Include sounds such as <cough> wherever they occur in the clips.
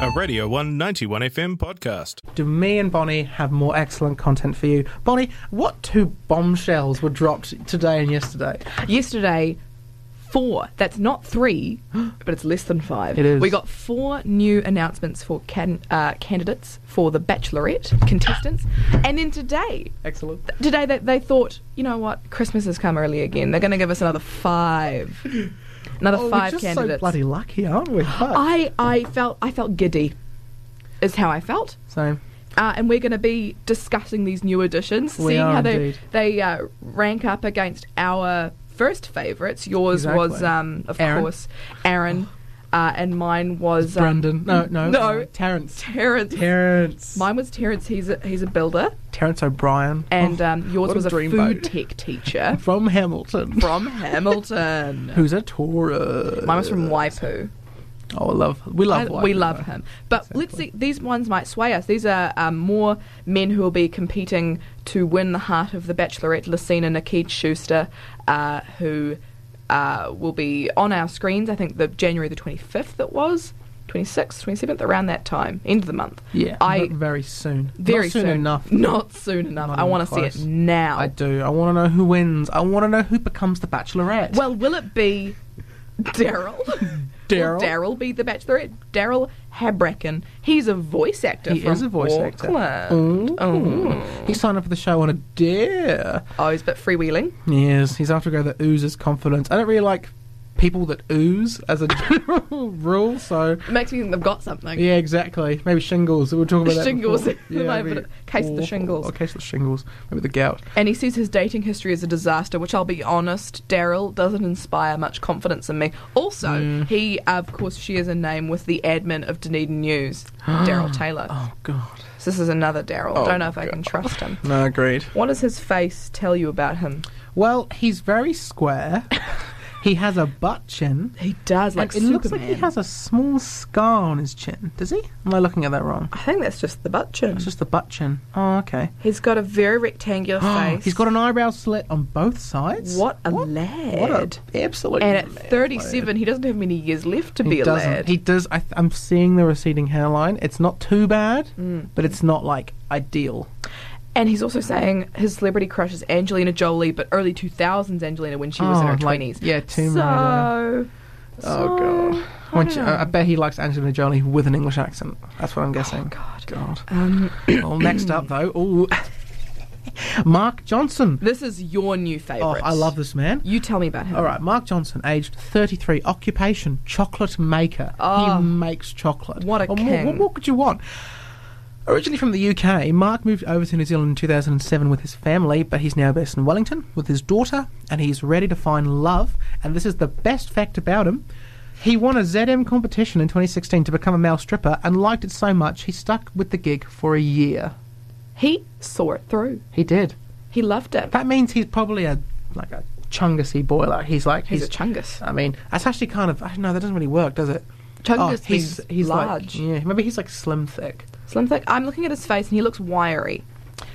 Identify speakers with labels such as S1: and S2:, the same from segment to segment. S1: a Radio 191 FM podcast.
S2: Do me and Bonnie have more excellent content for you? Bonnie, what two bombshells were dropped today and yesterday?
S3: Yesterday, four. That's
S2: <gasps>
S3: not three, but it's less than five.
S2: It is.
S3: We got four new announcements for can, uh, candidates for the Bachelorette contestants, and then today,
S2: Excellent.
S3: today they, they thought, you know what, Christmas has come early again. They're going to give us another five, another
S2: Oh,
S3: five
S2: we're just so
S3: candidates. Oh.
S2: bloody lucky, aren't
S3: <gasps>
S2: we? Fuck.
S3: I I felt I felt giddy, is how I felt.
S2: Same.
S3: uh, and we're going to be discussing these new editions,
S2: We
S3: seeing
S2: are
S3: how
S2: indeed.
S3: they they uh, rank up against our first favourites. Yours was,
S2: Exactly.
S3: um, of
S2: Aaron.
S3: course, Aaron, uh, and mine was um,
S2: Brendan. No, no.
S3: no.
S2: uh, Terrence.
S3: Terrence.
S2: Terrence.
S3: Mine was Terrence. He's a, he's a builder,
S2: Terrence O'Brien.
S3: and
S2: Oh,
S3: um, yours
S2: what
S3: was a
S2: dreamboat.
S3: food tech teacher <laughs>
S2: From Hamilton. <laughs>
S3: from Hamilton.
S2: Who's a Taurus.
S3: Mine was from Waipu.
S2: Oh, I love. We love.
S3: I-
S2: Waipu,
S3: we love
S2: though.
S3: him. But let's
S2: Exactly.
S3: see, these ones might sway us. These are um, more men who will be competing to win the heart of the Bachelorette, Lucina Nikita Schuster, uh, who uh, will be on our screens, I think the January the 25th it was, 26th, 27th, around that time, end of the month.
S2: Yeah.
S3: I-
S2: I very soon.
S3: Very
S2: Not soon, enough.
S3: Not soon enough.
S2: Not
S3: I
S2: even
S3: want to see it
S2: close.
S3: now.
S2: I do. I want to know who wins. I want to know who becomes the Bachelorette.
S3: Well, will it be
S2: <laughs>
S3: Daryl?
S2: Daryl?
S3: Will Daryl be the Bachelorette? Daryl Habracken. He's a voice actor.
S2: he
S3: from
S2: is a voice actor.
S3: Auckland.
S2: Ooh.
S3: Oh.
S2: He signed up for the show on a dare.
S3: Oh, he's a bit freewheeling.
S2: Yes, he's after a guy that oozes confidence. I don't really like people that ooze as a <laughs> general rule, so.
S3: It makes me think they've got something.
S2: Yeah, exactly. Maybe shingles. We were talking about that.
S3: Shingles. <laughs>
S2: before.
S3: They might have
S2: maybe
S3: a case of the shingles.
S2: Or case of the shingles. Maybe the gout.
S3: And he says his dating history is a disaster, which I'll be honest, Daryl doesn't inspire much confidence in me. Also, he, of course, shares a name with the admin of Dunedin <gasps> News, Daryl Taylor.
S2: Oh God.
S3: So this is another Daryl.
S2: Oh,
S3: Don't know if I can trust him.
S2: No, agreed.
S3: What does his face tell you about him?
S2: Well, he's very
S3: <laughs>
S2: square. he has a butt chin.
S3: He does, like
S2: and it
S3: Superman.
S2: looks like he has a small scar on his chin. Does he? Am I looking at that wrong?
S3: I think that's just the butt chin.
S2: It's just the butt chin. Oh, okay.
S3: <gasps> He's got a very <gasps> rectangular face.
S2: <gasps> He's got an eyebrow slit on both sides.
S3: What a
S2: what,
S3: lad.
S2: What a absolute
S3: and at
S2: lad.
S3: 37, he doesn't have many years left to
S2: He
S3: be a
S2: doesn't.
S3: lad.
S2: He does. I, th- I'm seeing the receding hairline. It's not too bad,
S3: Mm.
S2: but it's not like ideal.
S3: And he's also saying his celebrity crush is Angelina Jolie, but early 2000s Angelina when she was in
S2: Oh,
S3: her
S2: like,
S3: 20s.
S2: yeah, Tomb
S3: so,
S2: Raider.
S3: so- I
S2: When
S3: don't
S2: she-
S3: know.
S2: Oh, I, I bet he likes Angelina Jolie with an English accent. That's
S3: Oh,
S2: what I'm guessing. God. God.
S3: Um,
S2: well, next up though,
S3: <coughs>
S2: ooh, Mark Johnson.
S3: this is your new
S2: Oh,
S3: favourite.
S2: I love this man.
S3: You tell me about him.
S2: All right, Mark Johnson, aged 33, occupation chocolate maker.
S3: Oh.
S2: he makes chocolate.
S3: What a
S2: Well, more-
S3: king.
S2: What, what could you want? Originally from the UK, Mark moved over to New Zealand in 2007 with his family, but he's now based in Wellington with his daughter, and he's ready to find love. And this is the best fact about him. He won a ZM competition in 2016 to become a male stripper and liked it so much he stuck with the gig for a year.
S3: He saw it through.
S2: He did.
S3: He loved it.
S2: That means he's probably a like a chungusy boy. Like he's like
S3: He's, a chungus.
S2: I mean, that's actually kind of I- no, that doesn't really work, does it?
S3: Chungus
S2: Oh, he's
S3: means
S2: he's Like,
S3: large.
S2: yeah, maybe he's like slim thick.
S3: Slim thick. I'm looking at his face and he looks wiry.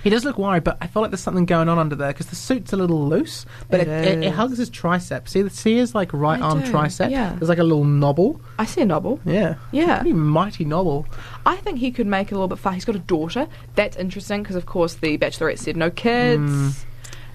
S2: He does look worried, but I feel like there's something going on under there because the suit's a little loose, but
S3: It
S2: it, it,
S3: is.
S2: it hugs his tricep. See, the- see his like right
S3: I
S2: arm
S3: do,
S2: tricep.
S3: yeah.
S2: There's like a little knobble.
S3: I see a nobble.
S2: Yeah.
S3: Yeah.
S2: Pretty mighty knobble.
S3: I think he could make it a little bit far. He's got a daughter. That's interesting because, of course, the Bachelorette said no kids.
S2: Mm.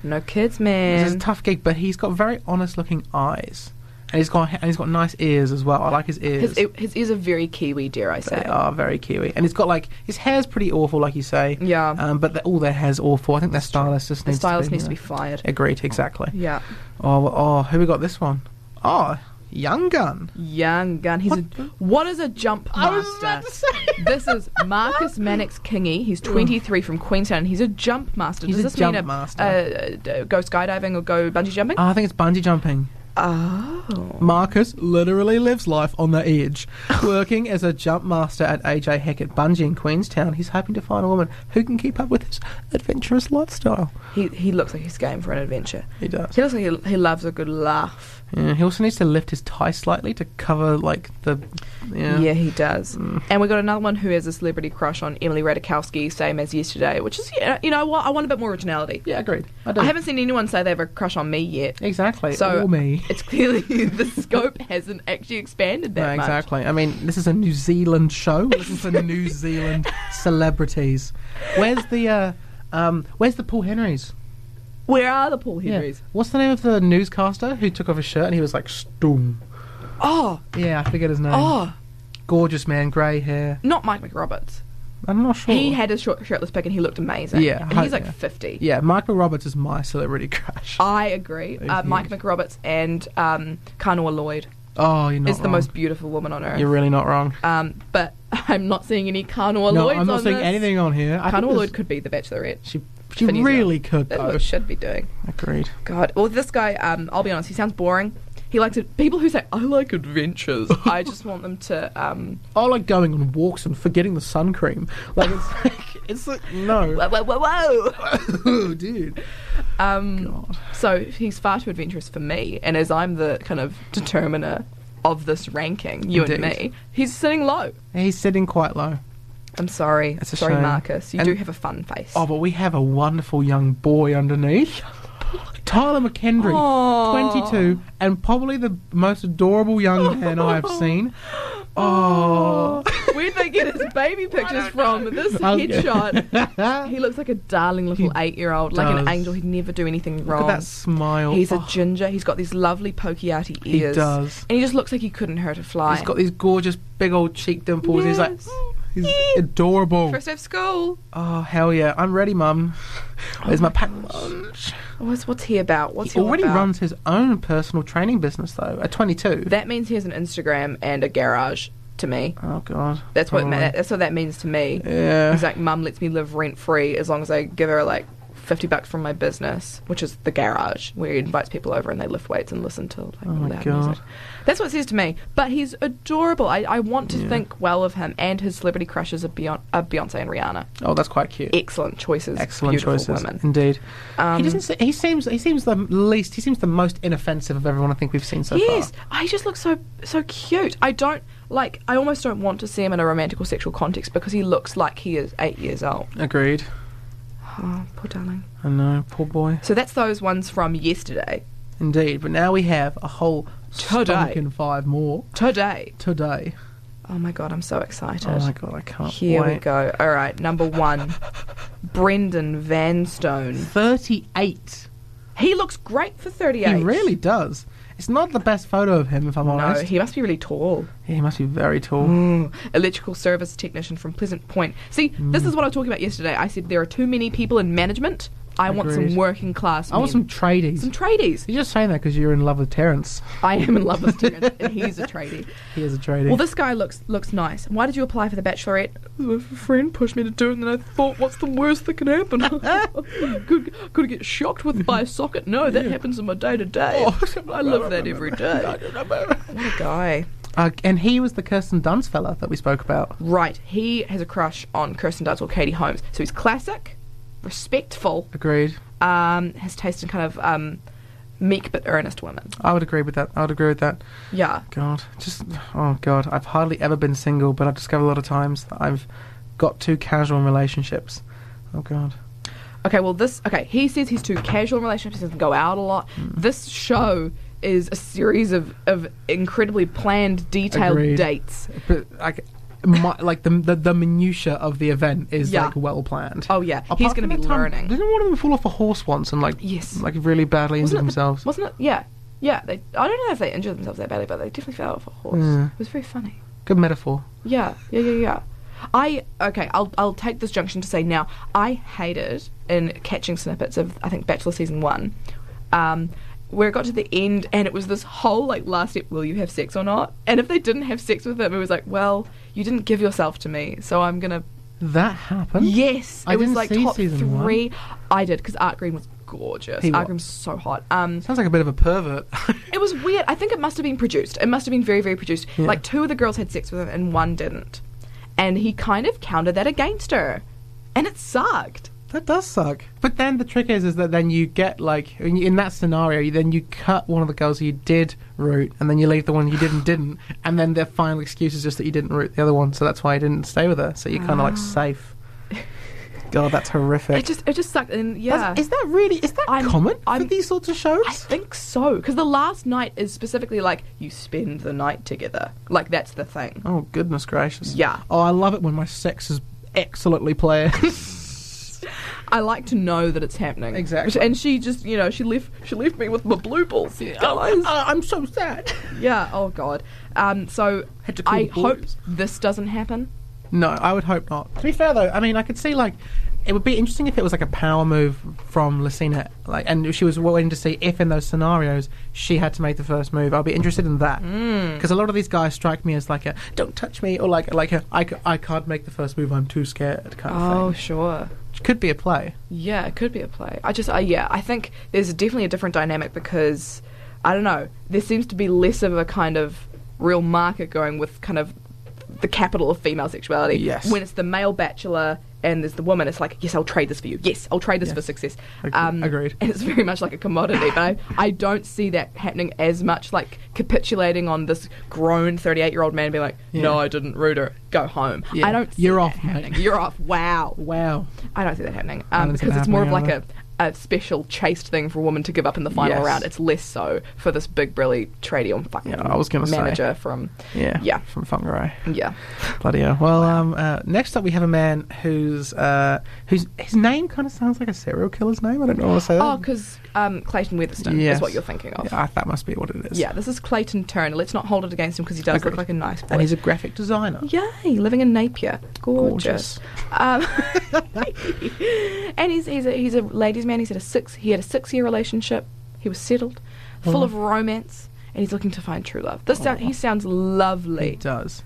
S3: No kids, man.
S2: This is a tough gig, but he's got very honest looking eyes, and he's got and he's got nice ears as well. I like his ears.
S3: His, e, his ears are very Kiwi, dare I say.
S2: They are very Kiwi, and he's got like his hair's pretty awful, like you say.
S3: Yeah.
S2: Um, but the, all their hair's awful. I think their stylist just
S3: the
S2: needs
S3: stylist
S2: to be,
S3: needs to be
S2: you know.
S3: fired.
S2: Agreed, exactly.
S3: Yeah.
S2: Oh, well, oh, who we got this one? Oh, Young Gun.
S3: Young gun. He's
S2: What
S3: a.
S2: the-
S3: What is a jump master?
S2: I was about to say. <laughs>
S3: this is Marcus Mannix Kingy. He's 23 from Queenstown. and He's a jump master.
S2: He's
S3: Does
S2: a
S3: this mean
S2: jump
S3: a,
S2: master.
S3: uh, uh, go skydiving or go bungee jumping?
S2: Oh, I think it's bungee jumping.
S3: oh.
S2: Marcus literally lives life on the <laughs> edge. Working as a jump master at AJ Hackett Bungee in Queenstown, he's hoping to find a woman who can keep up with his adventurous lifestyle.
S3: He, he looks like he's game for an adventure.
S2: He does.
S3: He looks like he, he loves a good laugh.
S2: Yeah, he also needs to lift his tie slightly to cover, like, the. Yeah. Mm.
S3: Yeah, he does. And we got another one who has a celebrity crush on Emily Radikowski, same as yesterday, which is, you know, you know what? I want a bit more originality.
S2: Yeah, agreed. I, do.
S3: I haven't seen anyone say they have a crush on me yet.
S2: Exactly.
S3: So-
S2: or me.
S3: it's clearly <laughs> the scope hasn't actually expanded that
S2: no,
S3: much.
S2: exactly. I mean, this is a New Zealand show. This is for
S3: <laughs>
S2: New Zealand celebrities. Where's the uh, um, Where's the Paul Henrys?
S3: Where are the Paul
S2: Yeah.
S3: Henrys?
S2: What's the name of the newscaster who took off his shirt and he was like stoom?
S3: Oh,
S2: Yeah, I forget his name.
S3: oh,
S2: Gorgeous man, grey hair.
S3: not Mike McRoberts.
S2: I'm not sure.
S3: He had a short shirtless pic and he looked amazing.
S2: Yeah,
S3: and he's
S2: hi-
S3: like
S2: yeah.
S3: fifty.
S2: yeah, Michael Roberts is my celebrity crush.
S3: I agree. Uh, Mike McRoberts and um, Kanoa Lloyd
S2: Oh, you're not
S3: is the
S2: wrong.
S3: most beautiful woman on earth.
S2: You're really not wrong.
S3: um, but <laughs> I'm not seeing any Kanoa
S2: no,
S3: Lloyds
S2: I'm not
S3: on
S2: seeing
S3: this.
S2: anything on here. I think
S3: Kanoa
S2: this- Oh.
S3: Lloyd could be the Bachelorette.
S2: She she
S3: for New
S2: really could
S3: That's
S2: though.
S3: what it should be doing.
S2: Agreed.
S3: God. Well, this guy, um, I'll be honest, he sounds boring. He likes it. People who say, I
S2: <laughs>
S3: like adventures, I just want them to. Um,
S2: I like going on walks and forgetting the sun cream. Like it's <laughs> like it's like no.
S3: <laughs> whoa, whoa,
S2: <laughs>
S3: whoa, whoa!
S2: oh, dude.
S3: Um,
S2: God.
S3: so he's far too adventurous for me, and as I'm the kind of determiner of this ranking, you and
S2: Indeed.
S3: me, he's sitting low.
S2: He's sitting quite low.
S3: I'm sorry.
S2: That's a
S3: sorry,
S2: shame.
S3: Marcus. You
S2: And-
S3: do have a fun face.
S2: Oh, but we have a wonderful young boy
S3: <laughs>
S2: underneath. Tyler McKendry,
S3: Aw.
S2: 22, and probably the most adorable young man I have seen.
S3: <laughs>
S2: Oh.
S3: Where'd they get his
S2: <laughs>
S3: baby pictures from? This
S2: Okay.
S3: headshot.
S2: Look <laughs>
S3: He looks like a darling little eight year old, like an
S2: does.
S3: angel. He'd never do anything
S2: at
S3: wrong.
S2: that smile.
S3: He's a
S2: Oh,
S3: ginger. He's got these lovely pokey-arty
S2: He
S3: ears.
S2: does.
S3: And he just looks like he couldn't hurt a fly.
S2: He's got these gorgeous big old cheek dimples. He's like,
S3: Yes.
S2: he's
S3: Yeah.
S2: adorable.
S3: First day of school.
S2: Oh, hell yeah. I'm ready, mum. Where's
S3: Oh
S2: my pack lunch?
S3: What's, what's he about? What's
S2: He
S3: he, all
S2: already
S3: about?
S2: runs his own personal training business, though, at 22.
S3: That means he has an Instagram and a garage to me.
S2: oh, God.
S3: That's what ma-
S2: Probably.
S3: that's what that means to me.
S2: Yeah.
S3: He's like, Mum lets me live rent free as long as I give her like fifty bucks from my business, which is the garage where he invites people over and they lift weights and listen to like
S2: Oh my
S3: loud
S2: God.
S3: music. That's what it says to me. But he's adorable. I, I want to think well of him and his celebrity crushes are Beyonce, are Beyonce and Rihanna.
S2: Oh, that's quite cute.
S3: excellent choices.
S2: excellent
S3: beautiful
S2: choices
S3: Women.
S2: indeed.
S3: Um,
S2: he doesn't. Se- he seems. He seems the least. He seems the most inoffensive of everyone I think we've seen so
S3: yes,
S2: far.
S3: I just look so so cute. I don't like. I almost don't want to see him in a romantic or sexual context because he looks like he is eight years old.
S2: Agreed.
S3: Oh, poor darling.
S2: I know, poor boy.
S3: So that's those ones from yesterday.
S2: Indeed, but now we have a whole
S3: Today.
S2: stonking five more
S3: Today.
S2: today.
S3: Oh my god, I'm so excited.
S2: Oh my god, I can't
S3: Here
S2: wait.
S3: we go. All right, number one, <laughs> Brendan Vanstone.
S2: Thirty-eight.
S3: He looks great for 38.
S2: He really does. It's not the best photo of him, if I'm
S3: No,
S2: honest.
S3: he must be really tall.
S2: he must be very tall.
S3: Mm, electrical service technician from Pleasant Point. See, this is what I was talking about yesterday. I said there are too many people in management. I want some
S2: Agreed.
S3: working class.
S2: I want some
S3: men.
S2: tradies.
S3: some tradies.
S2: You're just saying that because you're in love with Terence.
S3: I am in love with Terrence, and he's a tradie.
S2: He is a tradie.
S3: Well, this guy looks looks nice. Why did you apply for the Bachelorette? My friend pushed me to do it, and then I thought, what's the worst that can happen? <laughs> could could I get shocked with by a socket? No, that happens in my day to day. I live that <laughs> every day. Oh. What a guy.
S2: <laughs> uh, and he was the Kirsten Dunst fella that we spoke about.
S3: Right, he has a crush on Kirsten Dunst or Katie Holmes. So he's classic, respectful,
S2: Agreed.
S3: um, has taste in kind of um, meek but earnest women.
S2: I would agree with that. I would agree with that.
S3: Yeah.
S2: God, just oh God, I've hardly ever been single, but I've discovered a lot of times that I've got too casual in relationships. Oh God,
S3: Okay, well, this. Okay, he says he's too casual in relationships, he doesn't go out a lot.
S2: Hmm.
S3: This show is a series of, of incredibly planned, detailed
S2: Agreed.
S3: dates.
S2: but like, my, like the, the the minutia of the event is
S3: Yeah.
S2: like well planned.
S3: Oh, yeah.
S2: Apart
S3: he's going
S2: from
S3: to be
S2: that time-
S3: learning.
S2: Didn't one of them fall off a horse once and like
S3: Yes.
S2: like really badly injure
S3: Wasn't it the-
S2: themselves?
S3: wasn't it? Yeah. Yeah. They, I don't know if they injured themselves that badly, but they definitely fell off a horse.
S2: Yeah.
S3: It was very funny.
S2: Good metaphor.
S3: Yeah, yeah, yeah, yeah. I okay. I'll I'll take this junction to say now. I hated in catching snippets of I think Bachelor season one, um, where it got to the end and it was this whole like last step: will you have sex or not? And if they didn't have sex with him, it was like, well, you didn't give yourself to me, so I'm gonna.
S2: That happened.
S3: Yes,
S2: I
S3: it was
S2: didn't
S3: like
S2: see
S3: top
S2: season one.
S3: three. I did because Art Green was gorgeous.
S2: He
S3: Art
S2: wa-
S3: Green was so hot. Um,
S2: Sounds like a bit of a pervert.
S3: it was weird. I think it must have been produced. It must have been very, very produced.
S2: Yeah.
S3: Like two of the girls had sex with him and one didn't. And he kind of counted that against her. And it sucked.
S2: That does suck. But then the trick is, is that then you get like in in that scenario, you- then you cut one of the girls you did root, and then you leave the one you didn't didn't, and then their final excuse is just that you didn't root the other one, so that's why you didn't stay with her. So you're kind of like safe. God, that's horrific.
S3: Ah. It just it just sucked. And yeah,
S2: That's- Is that really is that
S3: I'm-
S2: common for
S3: I'm-
S2: these sorts of shows?
S3: I think so because the last night is specifically like you spend the night together. Like that's the thing.
S2: oh goodness gracious!
S3: Yeah.
S2: Oh, I love it when my sex is excellently
S3: <laughs>
S2: planned. <laughs>
S3: I like to know that it's happening.
S2: Exactly.
S3: And she just, you know, she left she left me with my blue balls.
S2: Oh,
S3: guys.
S2: I'm so sad.
S3: yeah. Oh God. Um. So
S2: Had to call
S3: I
S2: the
S3: hope
S2: boys.
S3: this doesn't happen.
S2: No, I would hope not. To be fair though, I mean, I could see like it would be interesting if it was like a power move from Lucina, like, and if she was waiting to see if in those scenarios she had to make the first move. I'd be interested in that
S3: Hmm.
S2: because a lot of these guys strike me as like a "don't touch me" or like like a I, c- I can't make the first move, I'm too scared kind
S3: Oh
S2: of thing.
S3: sure.
S2: Which could be a play.
S3: Yeah, it could be a play. I just, I yeah, I think there's definitely a different dynamic because I don't know. There seems to be less of a kind of real market going with kind of the capital of female sexuality.
S2: Yes.
S3: When it's the male bachelor and there's the woman, it's like, yes, I'll trade this for you. Yes, I'll trade this
S2: Yes.
S3: for success.
S2: Agre- agreed.
S3: And <laughs> it's very much like a commodity, but I, I don't see that happening as much. Like capitulating on this grown 38 year old man being like,
S2: Yeah.
S3: no, I didn't root her. Go home.
S2: Yeah.
S3: I don't. See
S2: You're
S3: that
S2: off, mate.
S3: happening. You're off. Wow.
S2: Wow.
S3: I don't see that happening
S2: I
S3: um,
S2: don't see
S3: because
S2: that
S3: it's more of
S2: happening
S3: like a, a special chaste thing for a woman to give up in the final
S2: Yes.
S3: round. It's less so for this big, brilly tradie on fucking
S2: Yeah, I was gonna say.
S3: manager from
S2: Yeah.
S3: Yeah.
S2: From Fungaray.
S3: yeah.
S2: Bloody hell. Well, um, uh, next up we have a man who's uh, who's his name kind of sounds like a serial killer's name. I don't know what to say.
S3: Oh,
S2: that.
S3: because um, Clayton Weatherston
S2: Yes.
S3: is what you're thinking of. Yeah.
S2: Yeah, that must be what it is.
S3: this is Clayton Turner. Let's not hold it against him because he does
S2: Agreed.
S3: look like a nice boy.
S2: And he's a graphic designer.
S3: Yay, living in Napier. Gorgeous.
S2: Gorgeous. <laughs>
S3: Um, <laughs> and he's, he's, a, he's a ladies' man. He's had a six, he had a six year relationship. He was settled, full
S2: Oh.
S3: of romance, and he's looking to find true love. This sound, he sounds lovely.
S2: It does.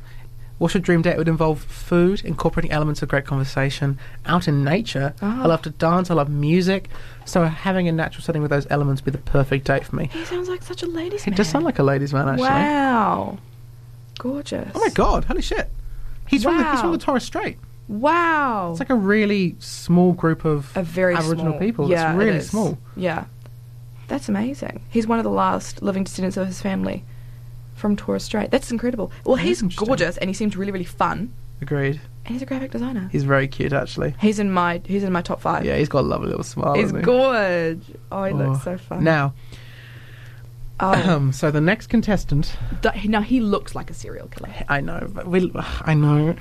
S2: What's your dream date would involve food, incorporating elements of great conversation, out in nature.
S3: Ah.
S2: I love to dance, I love music. So having a natural setting with those elements would be the perfect date for me.
S3: He sounds like such a ladies'
S2: Mm. It
S3: man.
S2: does sound like a ladies' man, actually.
S3: Wow. Gorgeous.
S2: Oh my god, holy shit. He's, from the, he's from
S3: Wow.
S2: the Torres Strait.
S3: Wow.
S2: It's like a really small group of
S3: a very
S2: Aboriginal
S3: small,
S2: people.
S3: Yeah,
S2: it's
S3: it
S2: really
S3: is.
S2: small.
S3: Yeah, that's amazing. He's one of the last living descendants of his family from Torres Strait. That's incredible. Well,
S2: That is
S3: he's
S2: interesting.
S3: gorgeous, and he seems really, really fun.
S2: Agreed.
S3: And he's a graphic designer.
S2: He's very cute, actually.
S3: He's in my he's in my top five.
S2: Yeah, he's got a lovely little smile.
S3: he's
S2: isn't he?
S3: gorge. Oh, he
S2: Oh.
S3: looks so fun.
S2: Now,
S3: oh,
S2: <clears throat> so the next contestant,
S3: d- now he looks like a
S2: <laughs>
S3: serial killer.
S2: I know, but we, I know.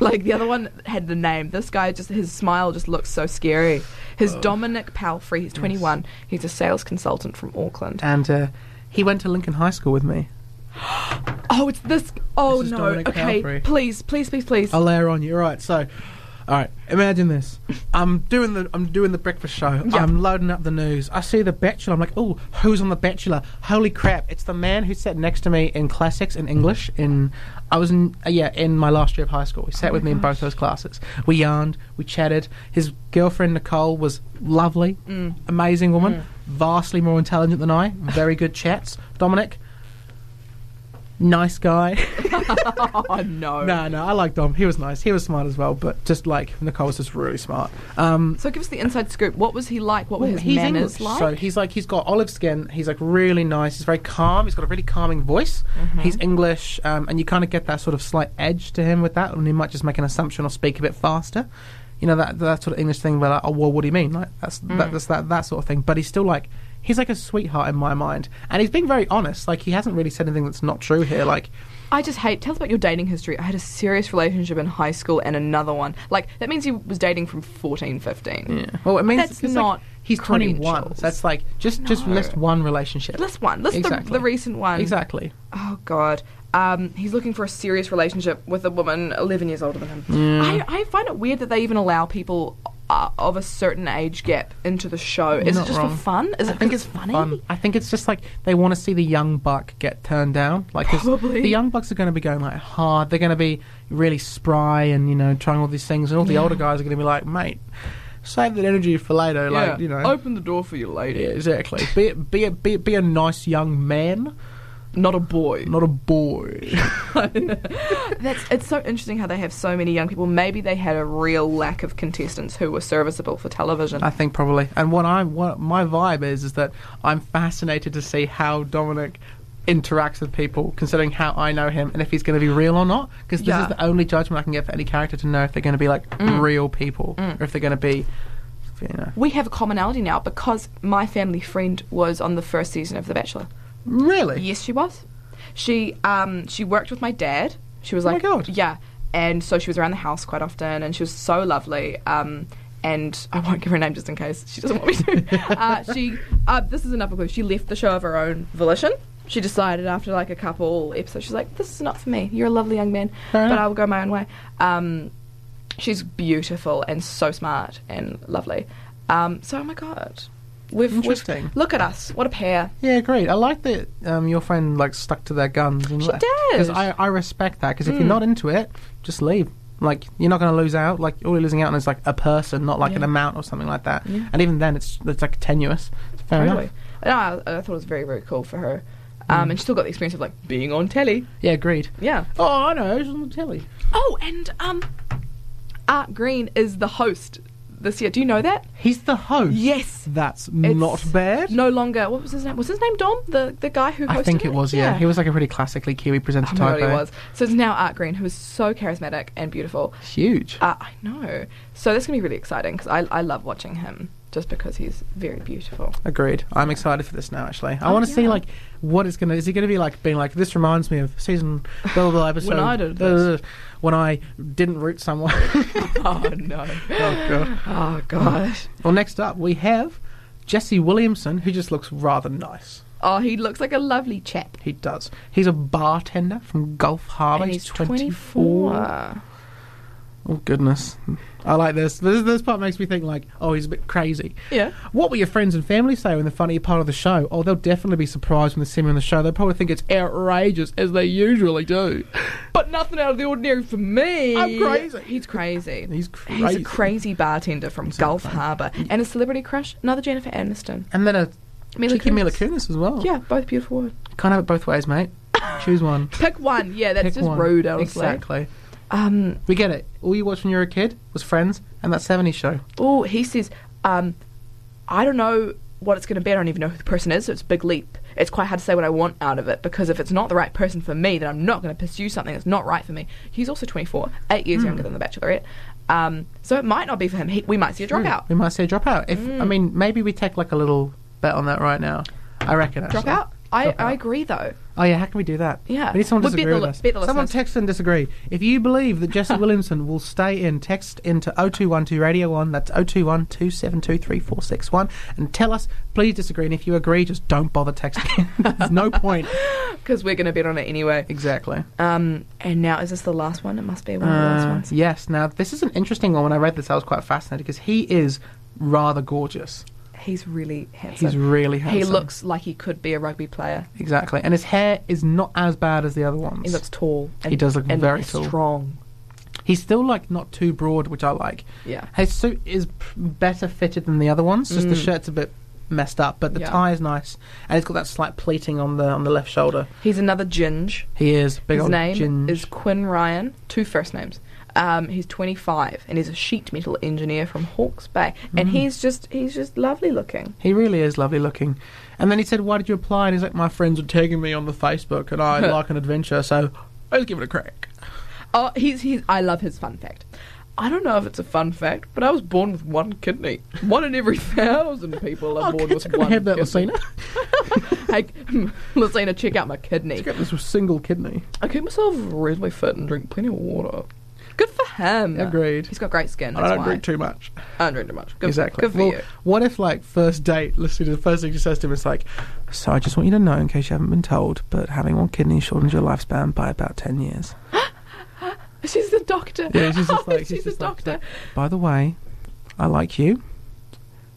S3: Like the other one had the name. This guy just his smile just looks so scary. His
S2: Oh.
S3: Dominic Palfrey. He's 21. He's a sales consultant from Auckland.
S2: and uh, he went to Lincoln High School with me.
S3: Oh, it's this. Oh
S2: This is
S3: no.
S2: Dominic
S3: okay,
S2: Palfrey. Oh.
S3: please, please, please, please.
S2: I'll layer on you. All right, so, all right. Imagine this. I'm doing the I'm doing the breakfast show.
S3: Yeah.
S2: I'm loading up the news. I see the Bachelor. I'm like, oh, who's on the Bachelor? Holy crap! It's the man who sat next to me in classics in English. In I was in uh, yeah in my last year of high school. He sat with
S3: Oh
S2: me in both those classes. We yarned. We chatted. His girlfriend Nicole was lovely,
S3: Mm.
S2: amazing woman, vastly more intelligent than I. Very good chats. Dominic. Nice guy.
S3: <laughs>
S2: <laughs>
S3: Oh no.
S2: No, no, I like Dom. He was nice. He was smart as well, but just like Nicole was just really smart. Um,
S3: So give us the inside scoop. What was he like? What were his
S2: he's English,
S3: manners like?
S2: so he's like he's got olive skin. He's like really nice. He's very calm. He's got a really calming voice.
S3: Mm-hmm.
S2: He's English, um, and you kind of get that sort of slight edge to him with that, and he might just make an assumption or speak a bit faster. You know that that sort of English thing where like, oh, well, what do you mean? Like that's
S3: Mm.
S2: that, that's that that sort of thing. But he's still like. He's like a sweetheart in my mind, and he's being very honest. Like he hasn't really said anything that's not true here. Like
S3: I just hate. Tell us about your dating history. I had a serious relationship in high school and another one. Like that means he was dating from 14, 15.
S2: Yeah. Well, it means
S3: That's
S2: it's
S3: not
S2: Like, he's twenty one.
S3: credentials.
S2: So that's like just just
S3: No.
S2: list one relationship.
S3: List one. List the,
S2: Exactly.
S3: the recent one.
S2: Exactly.
S3: Oh God. Um, he's looking for a serious relationship with a woman 11 years older than him. I, I find it weird that they even allow people uh, of a certain age gap into the show. Is
S2: Not
S3: it just
S2: wrong.
S3: for fun? Is it because it's funny?
S2: Fun. I think it's just like they want to see the young buck get turned down. Like 'cause
S3: Probably.
S2: the young bucks are going to be going like hard. They're going to be really spry and you know trying all these things. And all the older guys are going to be like, mate, save that energy for later. Like you know.
S3: open the door for you, lady.
S2: Yeah, exactly. Be, be, a, be, be a nice young man,
S3: Not a <laughs> boy.
S2: not a boy.
S3: That's it's so interesting how they have so many young people. Maybe they had a real lack of contestants who were serviceable for television.
S2: I think probably. And what I what my vibe is is that I'm fascinated to see how Dominic interacts with people, considering how I know him and if he's going to be real or not. Because this
S3: Yeah. Mm.
S2: is the only judgment I can get for any character to know if they're going to be like real people or if they're going to be, you know,
S3: We have a commonality now because my family friend was on the first season of The Bachelor.
S2: really.
S3: Yes, she was. She um she worked with my dad. She was
S2: Oh my
S3: like,
S2: God.
S3: yeah, and so she was around the house quite often, and she was so lovely. Um, and <laughs> I won't give her name just in case she doesn't want me
S2: <laughs>
S3: to. uh, she uh, this is another clue. She left the show of her own volition. She decided after like a couple episodes, she's like, this is not for me. You're a lovely young man,
S2: Fair
S3: but
S2: enough.
S3: I will go my own way. Um, she's beautiful and so smart and lovely. Um, so oh my god. We've, we've-
S2: Interesting.
S3: look at us. What a pair.
S2: Yeah, agreed. I like that um, your friend like stuck to their guns. And
S3: She Mm.
S2: like,
S3: did.
S2: Because I, I respect that. Because if you're not into it, just leave. Like you're not going to lose out. Like all you're losing out on is like a person, not like an
S3: Yeah.
S2: amount or something like that.
S3: Yeah.
S2: And even then, it's it's like tenuous. It's fair enough.
S3: Totally. No, Oh, I, I thought it was very, very cool for her. Um, And she still got the experience of like being on telly.
S2: Yeah, agreed.
S3: Yeah.
S2: Oh, I know. It was on the telly.
S3: Oh, and um, Art Green is the host this year. Do you know that?
S2: He's the host.
S3: Yes.
S2: That's
S3: It's
S2: not bad.
S3: No longer. What was his name? Was his name Dom? The the guy who hosted
S2: I think it was. Yeah. he was like a pretty classically Kiwi presenter
S3: Oh my
S2: type.
S3: God,
S2: eh?
S3: he was. So it's now Art Green, who is so charismatic and beautiful.
S2: huge.
S3: Uh, I know. So that's gonna be really exciting because I I love watching him just because he's very beautiful.
S2: Agreed. I'm excited for this now. Actually, I
S3: Oh,
S2: want to see
S3: yeah.
S2: like what it's gonna. Is it gonna be like being like this reminds me of season blah blah
S3: <laughs>
S2: blah episode
S3: I did
S2: blah, blah,
S3: this.
S2: blah, when I didn't root someone. <laughs>
S3: <laughs> oh no.
S2: oh god.
S3: <laughs> Oh gosh.
S2: Well, next up we have Jesse Williamson, who just looks rather nice.
S3: Oh, he looks like a lovely chap.
S2: He does. He's a bartender from Gulf Harbour.
S3: and he's
S2: 24.
S3: 24.
S2: Oh goodness, I like this. This this part makes me think like, oh, he's a bit crazy.
S3: Yeah.
S2: What will your friends and family say when the funny part of the show? Oh, they'll definitely be surprised when they see me on the show. They'll probably think it's outrageous, as they usually do.
S3: But nothing out of the ordinary for me.
S2: I'm crazy.
S3: He's crazy.
S2: He's
S3: He's
S2: crazy.
S3: a crazy bartender from Gulf Harbour. And a celebrity crush, another Jennifer Aniston.
S2: And then a
S3: Mila
S2: cheeky
S3: Kunis.
S2: Mila Kunis as well.
S3: Yeah, both beautiful women.
S2: Can't have it both ways,
S3: <laughs>
S2: mate. Choose one.
S3: Pick one. Yeah, that's
S2: Pick
S3: just
S2: one.
S3: rude, honestly.
S2: Exactly.
S3: Um,
S2: We get it. All you watched when you were a kid was Friends and that 70s show.
S3: oh, he says, um, I don't know what it's going to be. I don't even know who the person is, so it's a big leap. It's quite hard to say what I want out of it because if it's not the right person for me, then I'm not going to pursue something that's not right for me. He's also 24, eight years
S2: Hmm.
S3: younger than The Bachelorette. Um, so it might not be for him. He, we might
S2: Hmm.
S3: see a dropout.
S2: Mm. We might say drop out. If
S3: Mm.
S2: I mean, maybe we take like a little bet on that right now. I reckon. Actually.
S3: Drop out? I,
S2: Drop
S3: I
S2: out.
S3: agree though.
S2: Oh yeah, how can we do that?
S3: Yeah.
S2: we need someone to
S3: We'll beat
S2: disagree
S3: the
S2: with
S3: li-
S2: us.
S3: beat the
S2: someone
S3: listeners.
S2: text and disagree. If you believe that
S3: <laughs>
S2: Jesse Williamson will stay in, text into 0212 Radio One. That's 021 272 3461, and tell us. Please disagree, and if you agree, just don't bother
S3: <laughs>
S2: texting. There's no point.
S3: because we're going to bet on it anyway.
S2: Exactly.
S3: Um, and now is this the last one? It must be one of the last
S2: Uh,
S3: ones.
S2: yes. Now this is an interesting one. When I read this, I was quite fascinated because he is rather gorgeous.
S3: He's really handsome.
S2: He's really handsome.
S3: he looks like he could be a rugby player.
S2: exactly, and his hair is not as bad as the other ones.
S3: He looks tall. And,
S2: He does look
S3: and
S2: very tall.
S3: strong.
S2: He's still like not too broad, which I like.
S3: Yeah.
S2: His suit is p- better fitted than the other ones. Just the shirt's a bit messed up, but the
S3: Mm. Yeah.
S2: tie is nice, and it's got that slight pleating on the on the left shoulder.
S3: He's another Ginge.
S2: He is big
S3: His
S2: old
S3: name
S2: ginge.
S3: is Quinn Ryan. Two first names. Um, he's 25 and he's a sheet metal engineer from Hawke's Bay.
S2: Mm.
S3: And he's just he's just lovely looking.
S2: He really is lovely looking. And then he said, "Why did you apply?" And he's like, "My friends are tagging me on the Facebook, and
S3: <laughs>
S2: I like an adventure, so let's give it a crack."
S3: Oh, he's he's. I love his fun fact. I don't know if it's a fun fact, but I was born with one kidney. One in every thousand people are
S2: Oh,
S3: born
S2: kids
S3: with
S2: are gonna <laughs>
S3: one.
S2: have that,
S3: kidney.
S2: Lucina.
S3: hey, <laughs> Lucina, check out my kidney.
S2: He's got this single kidney.
S3: I keep myself reasonably fit and drink plenty of water. Good for him.
S2: Agreed.
S3: He's got great skin.
S2: I
S3: That's
S2: don't
S3: why.
S2: drink too much.
S3: I don't drink too much. Good
S2: exactly.
S3: For, good for
S2: well,
S3: you.
S2: What if, like, first date, Lucina, the first thing she says to him is like, So I just want you to know, in case you haven't been told, but having one kidney shortens your lifespan by about 10 years.
S3: <laughs> She's the doctor.
S2: Yeah, she's
S3: <laughs>
S2: just
S3: Oh,
S2: like,
S3: she's,
S2: she's
S3: the
S2: just like-
S3: doctor.
S2: By the way, I like you,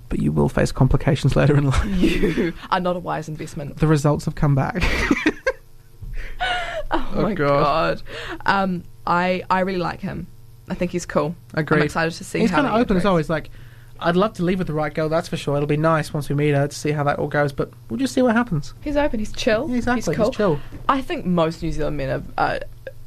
S2: but you will face complications <laughs> later in life.
S3: <laughs> you are not a wise investment.
S2: The results have come
S3: <laughs>
S2: back.
S3: Oh,
S2: Oh,
S3: <laughs> my
S2: God.
S3: god. Um, I I really like him. I think he's cool.
S2: Agreed.
S3: I'm excited to see.
S2: He's
S3: how
S2: kind of
S3: he
S2: open as
S3: interacts.
S2: always, like, I'd love to leave with the right girl, that's for sure. It'll be nice once we meet her to see how that all goes, but we'll just see what happens.
S3: He's open. He's chill.
S2: Yeah, exactly,
S3: He's
S2: he's
S3: cool.
S2: chill.
S3: I think most New Zealand men are, uh,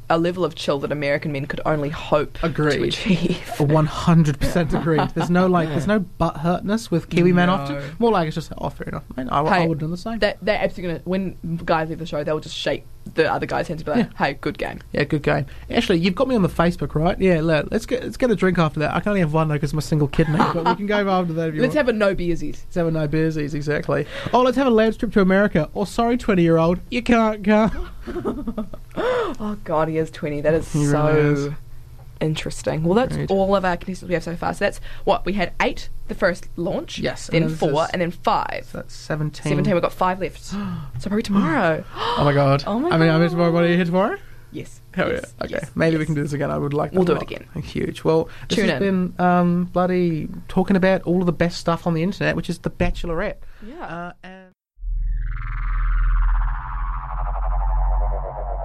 S3: a level of chill that American men could only hope to
S4: Agreed.
S3: achieve. <laughs>
S2: One hundred percent agreed. There's no like, there's no butt hurtness with Kiwi men
S4: No.
S2: often. More like it's just, oh, fair enough, man. I, I
S3: Hey,
S2: would do the same.
S3: They, they're absolutely gonna. When guys leave the show, they'll just shake the other guy's hand and be like, "Hey, good game."
S2: yeah, good game. Actually, you've got me on the Facebook, right? Yeah, let, let's get let's get a drink after that. I can only have one though because I'm a single kidney, but we can
S3: <laughs>
S2: go after that if you
S3: Let's
S2: want.
S3: have a no beersies.
S2: Let's have a no beersies, exactly. Oh, let's have a land trip to America. Or sorry, twenty year old, you can't go.
S3: Oh God, he is twenty. That is
S2: He
S3: so
S2: really is.
S3: interesting. Well, that's
S2: Agreed.
S3: all of our contestants we have so far. So that's what we had eight the first launch.
S2: Yes, and
S3: Then
S2: then
S3: four,
S2: this-
S3: and then five.
S2: So that's seventeen.
S3: Seventeen. We've got five
S2: <gasps>
S3: left. so probably tomorrow.
S2: Oh my god.
S3: <gasps> Oh my
S2: I mean, I'm here tomorrow.
S3: God.
S2: What are you here tomorrow?
S3: yes.
S2: Hell
S3: yes,
S2: yeah. Okay.
S3: yes,
S2: Maybe we
S3: yes.
S2: can do this again. I would like that.
S3: We'll
S2: a
S3: do it
S2: lot.
S3: again.
S2: Huge. Well, this
S3: Tune
S2: has
S3: in.
S2: been um, bloody talking about all of the best stuff on the internet, which is The Bachelorette.
S3: Yeah.
S2: Uh, and